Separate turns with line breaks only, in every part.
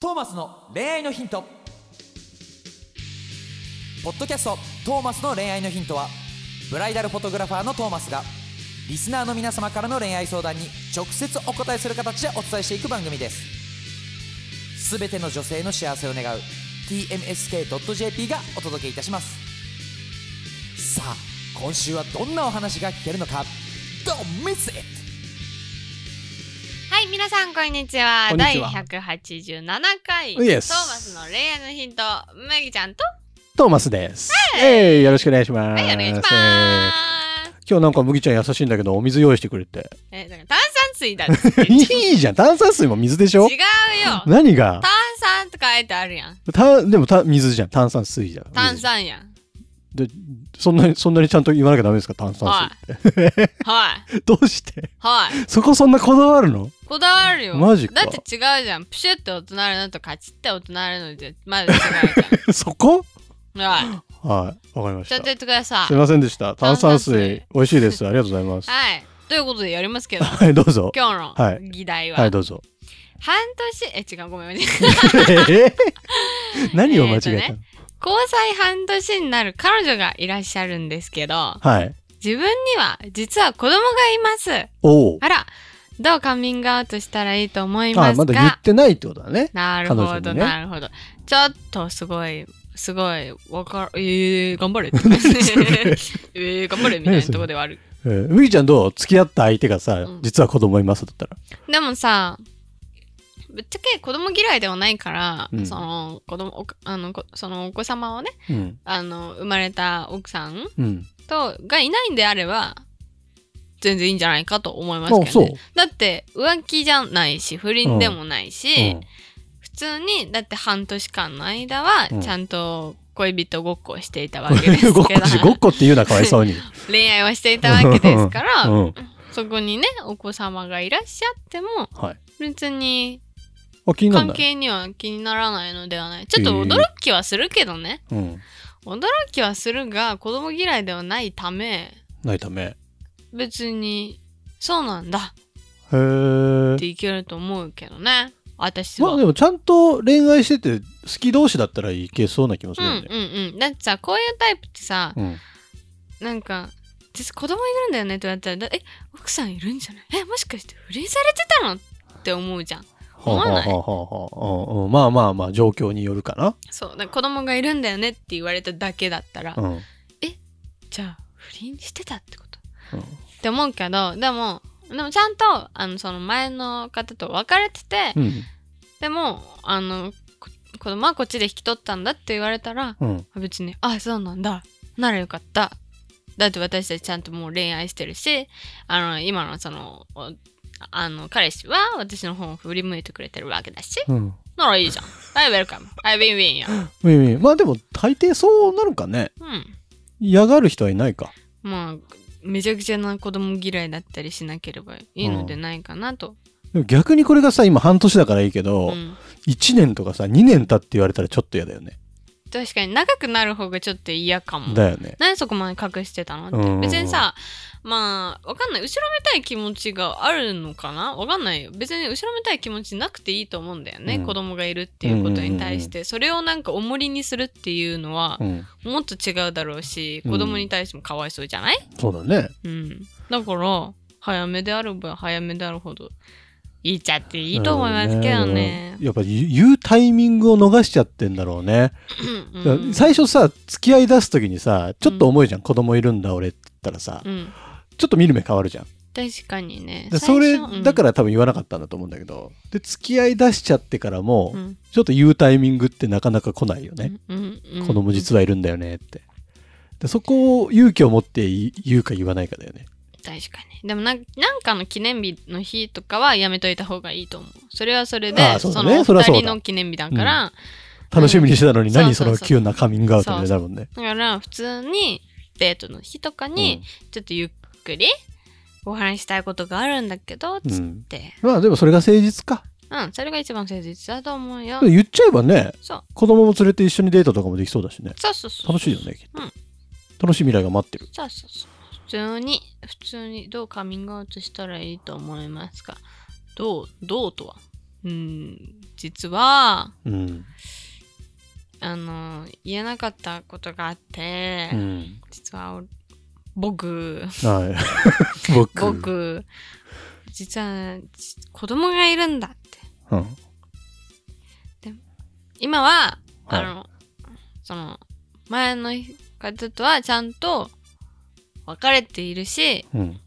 トーマスの恋愛のヒントポッドキャスト「トーマスの恋愛のヒントは」ブライダルフォトグラファーのトーマスがリスナーの皆様からの恋愛相談に直接お答えする形でお伝えしていく番組ですすべての女性の幸せを願う TMSK.jp がお届けいたしますさあ今週はどんなお話が聞けるのか Don't miss it!
はい、皆さんこんにちは。
こんにちは
第187回、トーマ
Yes
スの恋愛のヒント、めぎちゃんと、
トーマスです。えい、よろしくお願いします。
はい、お願いしま
え
す。
ー今日なんか麦ちゃん優しいんだけど、お水用意してくれて。
え、だから炭酸水だっつって。違うよ。
いいじゃん、炭酸水も水でしょ
炭
何が
酸って書いてあるやん。
たでもた水じゃん、炭酸水じゃん。
炭酸やん。
水でそんなに、そんなにちゃんと言わなきゃダメですか、炭酸
は
水って。
い。はい。
どうして
はい。
そこそんなこだわるの
こだわるよ。
マジか
だって違うじゃん。プシュって大人のとカチって大人のじゃ、まだ違 う
そこ
じゃん。は
はい、わかりま
い。ちゃんと
した。
言ってくださ
すい
い。
ませんでした。炭酸水、
炭酸水
美味しいです。ありがとうございます。
はい。ということでやります けど、
はい、どうぞ。
今日
は
の議題は、
はい、どう ぞ。
半年、え、違う、ごめんごめん。
えー何を間違えたの、
交際半年になる彼女がいらっしゃるんですけど
はい。
自分には実は子供がいます
おお。
あらどうカミングアウトしたらいいと思いま
あ、
す
ま
か、
だ言ってないってことだね。
なるほ
彼女
ど、
にね
なるほどちょっとすごいすごいわかるえー、頑張れ えー、頑張れみたいなとこではある
えー、麦ちゃんどう付き合った相手がさ、
うん
実は子供いますだったら。
でもさぶっちゃけ子供嫌いではないから、
うん
その子供おあのこそのお子様をね
うん。
あの生まれた奥さん
うん。
とがいないんであれば全然いいんじゃないかと思います
あ、
けど、
そう
ね、。だって浮気じゃないし不倫でもないし、
うん
普通にだって半年間の間は
うん
ちゃんと恋人ごっこをしていたわけですけど、
ごっこし、ごっこって言うな、かわいそう に。
恋愛はしていたわけですから、
うん。
そこにねお子様がいらっしゃっても
はい。
別に
あ、気になる
関
んだ。
係には気にならないのではないちょっと
へえ
驚きはするけどね
うん。
驚きはするが子供嫌いではないため
ないため。へ
別にそうなんだ
え
っ。ていけると思うけどね私
ま
は、
あでもちゃんと恋愛してて、好き同士だったらいけそうな気もす
うん
るよ
う
ね。
んうんだってさこういうタイプってさ
うん。
なんか実子供いるんだよねって言われたらだえ奥さんいるんじゃないえもしかして不倫されてたのって思うじゃん
はあはあはあはあはあうんうんまあまあまあ、状況によるかな。
そうだから子供がいるんだよねって言われただけだったら、
うん。うん
じゃあ不倫してたってことって思うけどでもでもちゃんとあのその前の方と別れてて、
うん。
でもあのこ子供はこっちで引き取ったんだって言われたら
うん。
別にあそうなんだならよかっただって私たちちゃんともう恋愛してるしあの今のそのおあの彼氏は私の方を振り向いてくれてるわけだし
うん。
ならいいじゃんはいウェルカムはいウィンウィンや
うんうんまあでも、大抵そうなるかね。
うん
嫌がる人はいないか。
まあめちゃくちゃな子供嫌いだったりしなければいいのでないかなと、
でも逆にこれがさ、今半年だからいいけ
う
ど、
ん、
1年とかさ2年経って言われたらちょっと嫌だよね。
確かに長くなる方がちょっと嫌かも
だよね。
何でそこまで隠してたのって、
うんうんうん
別にさまあわかんない後ろめたい気持ちがあるのかなわかんないよ別に後ろめたい気持ちなくていいと思うんだよね、
うん
子供がいるっていうことに対して、それをなんか重りにするっていうのは
う、ん、
もっと違うだろうし
うん
子供に対してもかわいそうじゃない、
そうだね。
うん、だから早めであれば早めであるほど言っちゃっていいと思いますけどね
うん。やっぱ言う言うタイミングを逃しちゃってんだろうね。
うん
だ
う
か
ん
ら最初さ付き合い出す時にさちょっと重いじゃん、子供いるんだ俺って言ったらさ
うん、
ちょっと見る目変わるじゃん。
確かにね
でそれ
最初うん
だから多分言わなかったんだと思うんだけどで付き合い出しちゃってからも、
うん
ちょっと言うタイミングってなかなか来ないよね。
うんうん
子供実はいるんだよねって。でそこを勇気を持って言い言うか言わないかだよね。
確かにでもなんなんかの記念日の日とかはやめといた方がいいと思うそれはそれで
ああそ
そう
だね
のお
それはそうだ
二人の記念日だから、
楽しみにしてたのに
そう
何
そ
そう
そう
の急なカミングアウトみたいになるもんね。
だから普通にデートの日とかにちょっとゆっくりお話ししたいことがあるんだけど
うん
つって
まあでもそれが誠実か。
うん、それが一番誠実だと思うよ
言っちゃえばね、
そう
子供も連れて一緒にデートとかもできそうだしね。
そうそうそう
楽しいよね、きっと。
うん
楽しい未来が待ってる。
そうそうそう普通に普通にどうカミングアウトしたらいいと思いますかどうどうとはうん、実は、
うん。
あの、言えなかったことがあって、
うん。
実はお、僕、
はい。僕。。
僕、実は、ち子供がいるんだって。
うん。
今は、
はい
あの、その、前の方とはちゃんと別れているし、
うん。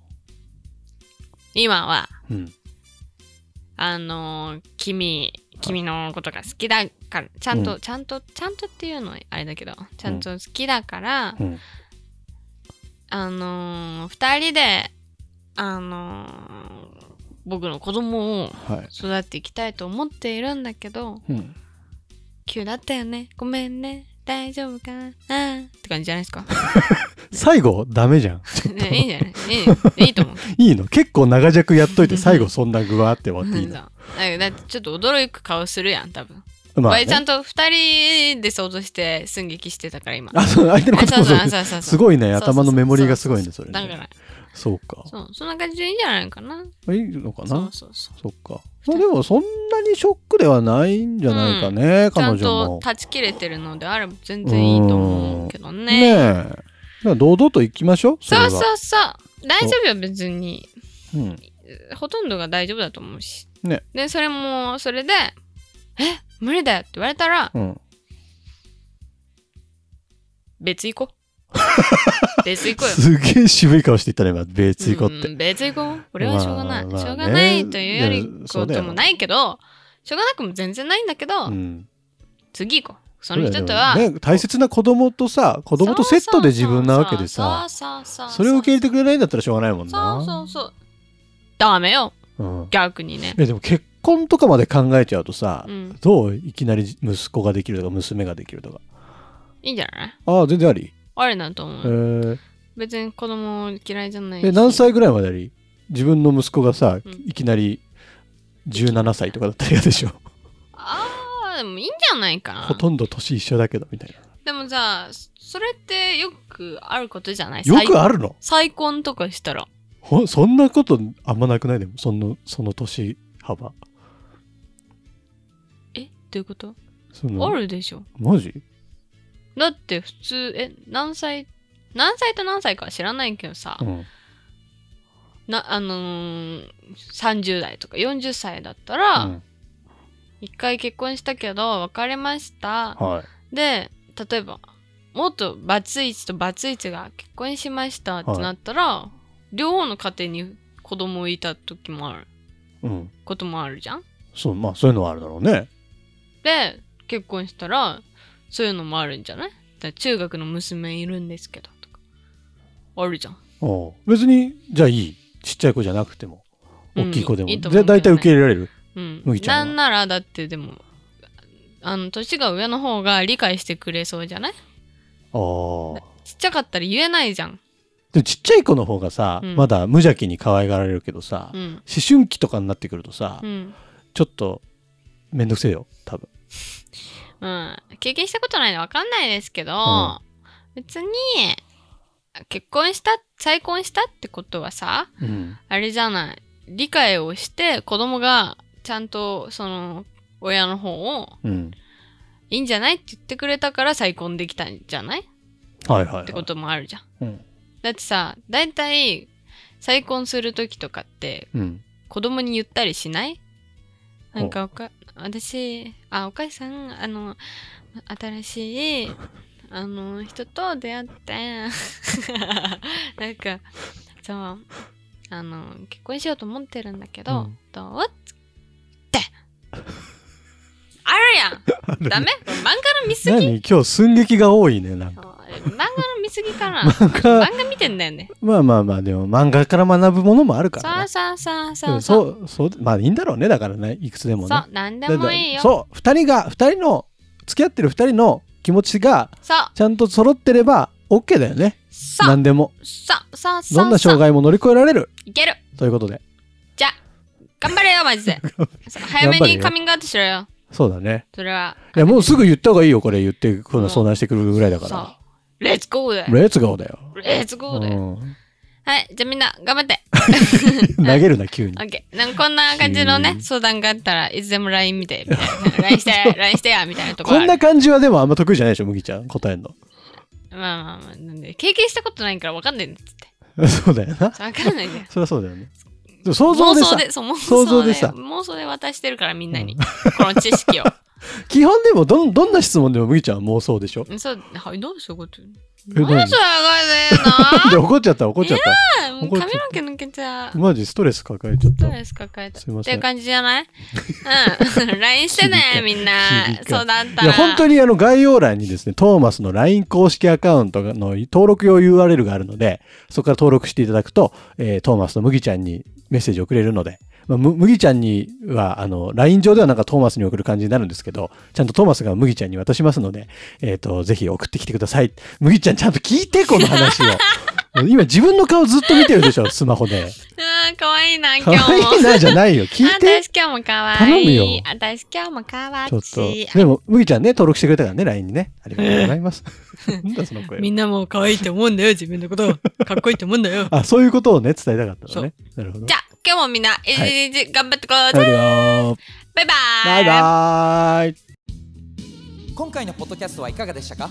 今は、
うん。
あのー君、君のことが好きだから、ちゃんと、
う
ちゃんと、ちゃんとっていうのはあれだけど、ちゃんと好きだから、
うん。
あのー二人で、あのー僕の子供を
はい。
育っていきたいと思っているんだけど、
うん。
急だったよね。ごめんね。大丈夫かなうんって感じじゃない ですか。
最後、ダメじゃん。 ちょっと
ね、いいんじゃないいいよいいと思う。
いいの結構長尺やっといて、最後そんなグワーって終わ っていいの
だからだってちょっと驚く顔するやん、多分。
まあ
わいちゃ
ね。
んと二人で想像して寸劇してたから今。
あ、そう、相手のこともそう
そうそうそうそう
すごいね。
そうそうそう
頭のメモリがすごいね、それ
だか
ね。
ら、
そうか。
そう、そんな感じでいいんじゃないかな。
いいのか
そう
な
そうそう。
そっか。まあでも、そんなにショックではないんじゃないかね、
ちゃ
彼
ん
女
と
も。
断ち切れてるのであれば全然いいと思うけど
ねえ
ね。。
だから堂々と行きましょう。それ
そう
は
そうそう。大丈夫よ、別に。
うん。
ほとんどが大丈夫だと思うし。
ね
で、それも、それで、え無理だよって言われたら、
うん。
別行こ う。別行こうよ。
すげえ渋い顔していったね、今。別行こうって。
うん別に行こう。俺はしょうがない。
まあまあね
しょうがないというよ
い
り
やそ
こ
うだよ
ともないけど、しょうがなくも全然ないんだけど、
うん
次行こう。その人と
そう
は、
だよね大切な子供とさ子供とセットで自分なわけでさ
そうそうそう
それを受け入れてくれないんだったらしょうがないもんな
そうそうそう。ダメよ、
うん
逆にね。
えでも結婚とかまで考えちゃうとさ、
うん
どういきなり息子ができるとか娘ができるとか
いいんじゃない
ああ全然あり、
あれだと思
え
う。
ー
別に子供嫌いじゃないし。
え何歳ぐらいまであり自分の息子がさ、
うん
いきなり17歳とかだったら嫌でしょ、
ああ、でもいいんじゃないかな
ほ。とんど年一緒だけどみたいな
でもさ、それってよくあることじゃない
よくあるの
再婚とかしたら。
ほそんなことあんまなくないでもそのその年幅
えどういうこと、
その
あるでしょ。
マジ
だって普通、え、何歳、何歳と何歳かは知らないけどさ、
うん
な、あのー、30代とか40歳だったら、
うん
一回結婚したけど別れました
はい
で例えば元バツイチとバツイチが結婚しましたってなったら、両方の家庭に子供いた時もある
うん
こともあるじゃん
そう、まあそういうのはあるだろうね。
で結婚したらそういうのもあるんじゃないだから中学の娘いるんですけどとかあるじゃん
おう別に、じゃあいい。ちっちゃい子じゃなくても、
うん
大きい子でも。
いいと思う
で大体受け入れられる。
うん
麦ちゃん
な
は
んならだってでもあの年が上の方が理解してくれそうじゃない
ああ。
ちっちゃかったら言えないじゃん
でもちっちゃい子の方がさ、
うん
まだ無邪気に可愛がられるけどさ、
う
思
ん
春期とかになってくるとさ、
うん
ちょっと、めんどくせえよ、多分。
うん、経験したことないのわかんないですけど、別に結婚した再婚したってことはさ
うん。
あれじゃない理解をして子供がちゃんとその親の方を
うん。
いいんじゃないって言ってくれたから再婚できたんじゃないっ
はいはい、はい。
てこともあるじゃん。
うん。
だってさ大体再婚する時とかって
うん。
子供に言ったりしないなんかおか私あお母さんあの新しいあの人と出会って なんかそうあの結婚しようと思ってるんだけど、
うん
どうってあるやん
ある
ダメこれ漫画の見すぎ
何今日寸劇が多いね、なんか。
そう漫画の見すぎかな
漫画
漫画見てんだよね
まあまあまあ、でも漫画から学ぶものもあるから
そ
な
う。そうそう
で
そ
も
うそう
そう、そう、まあいいんだろうね、だからね、いくつでもね。
そうなんでもいいよ
だそう2人が2人の付き合ってる2人の気持ちが
そう
ちゃんと揃ってれば OK だよね
そう
何でも
さささ
どんな障害も乗り越えられる
いける
ということで
じゃあ頑張れよマ ジで早めにカミングアウトしろよ
そうだね
それはい
やもうすぐ言った方がいいよこれ言ってこ
うん
の相談してくるぐらいだか
さ
ら
レッツゴーだよ
レッツゴーだよ
レッツゴーだよ
うん
あはい、じゃあみんな頑張って。
投げるな、急に
オ。ッケー。なんかこんな感じのね
う、ん
相談があったらいつでも LINE 見て、みたいな。LINE して、LINE してや、みたいなところ
こ
あ
ん
る。
な感じはでもあんま得意じゃないでしょ、麦ちゃん。答えんの。
まあまあまあ、なんで、経験したことないから分かんないんだっつって。
そうだよな。
分からないじゃん。
そりゃそうだよね。でも想像
妄
でさ
想、で、そう、妄
想
想
で
で、
さ
妄想で渡してるからみんなに、
う
この知 識を。
基本でもどん、どんな質問でも麦ちゃんは妄想でしょ。
そう、はい、どうそういうこと
え
何それ
何で、怒っちゃった、怒っちゃった。
なもう髪の毛抜けちゃう。
マジストレス抱えちゃっ
ど
た
う。ですか書いた。
すいま
っ
せ
て
ん
いう感じじゃないうん。LINE してね、みんな
響か。
そうだった
い
ら。
や、本当にあの概要欄にですね、トーマスの LINE 公式アカウントの登録用 URL があるので、そこから登録していただくと、えートーマスと麦ちゃんにメッセージをくれるので、まあ、む麦ちゃんには、あの、LINE 上ではなんかトーマスに送る感じになるんですけど、ちゃんとトーマスが麦ちゃんに渡しますので、えっ、と、ぜひ送ってきてください。麦ちゃんちゃんと聞いて、こ の話を。もう今自分の顔ずっと見てるでしょ、スマホで。
うん、かわいいな、今
可
日も。
愛いな、じゃないよ。聞い
あ
て
私。今日もかわい
頼む
い
よ。
あ私今日もかわ
ちょっ
いい。
と。でも、麦ちゃんね、登録してくれたからね、LINE にね。ありがとうございます。 なんだその声は
みんなも可愛いと思うんだよ、自分のこと。かっこいいと思うんだよ。
あ、そういうことをね、伝えたかったのね。なるほど。
じゃあ、今日もみんな、一日頑張ってこう
帰るよー
バイバー
バイバーイ
今回のポッドキャストはいかがでしたか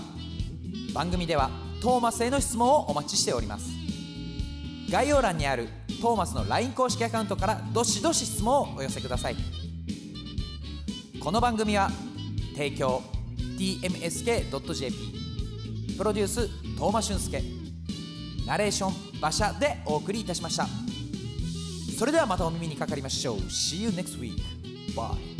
番組ではトーマスへの質問をお待ちしております概要欄にあるトーマスの LINE 公式アカウントからどしどし質問をお寄せくださいこの番組は提供 tmsk.jp プロデューストーマ俊介ナレーション馬車でお送りいたしましたそれではまたお耳にかかりましょう See you next week Bye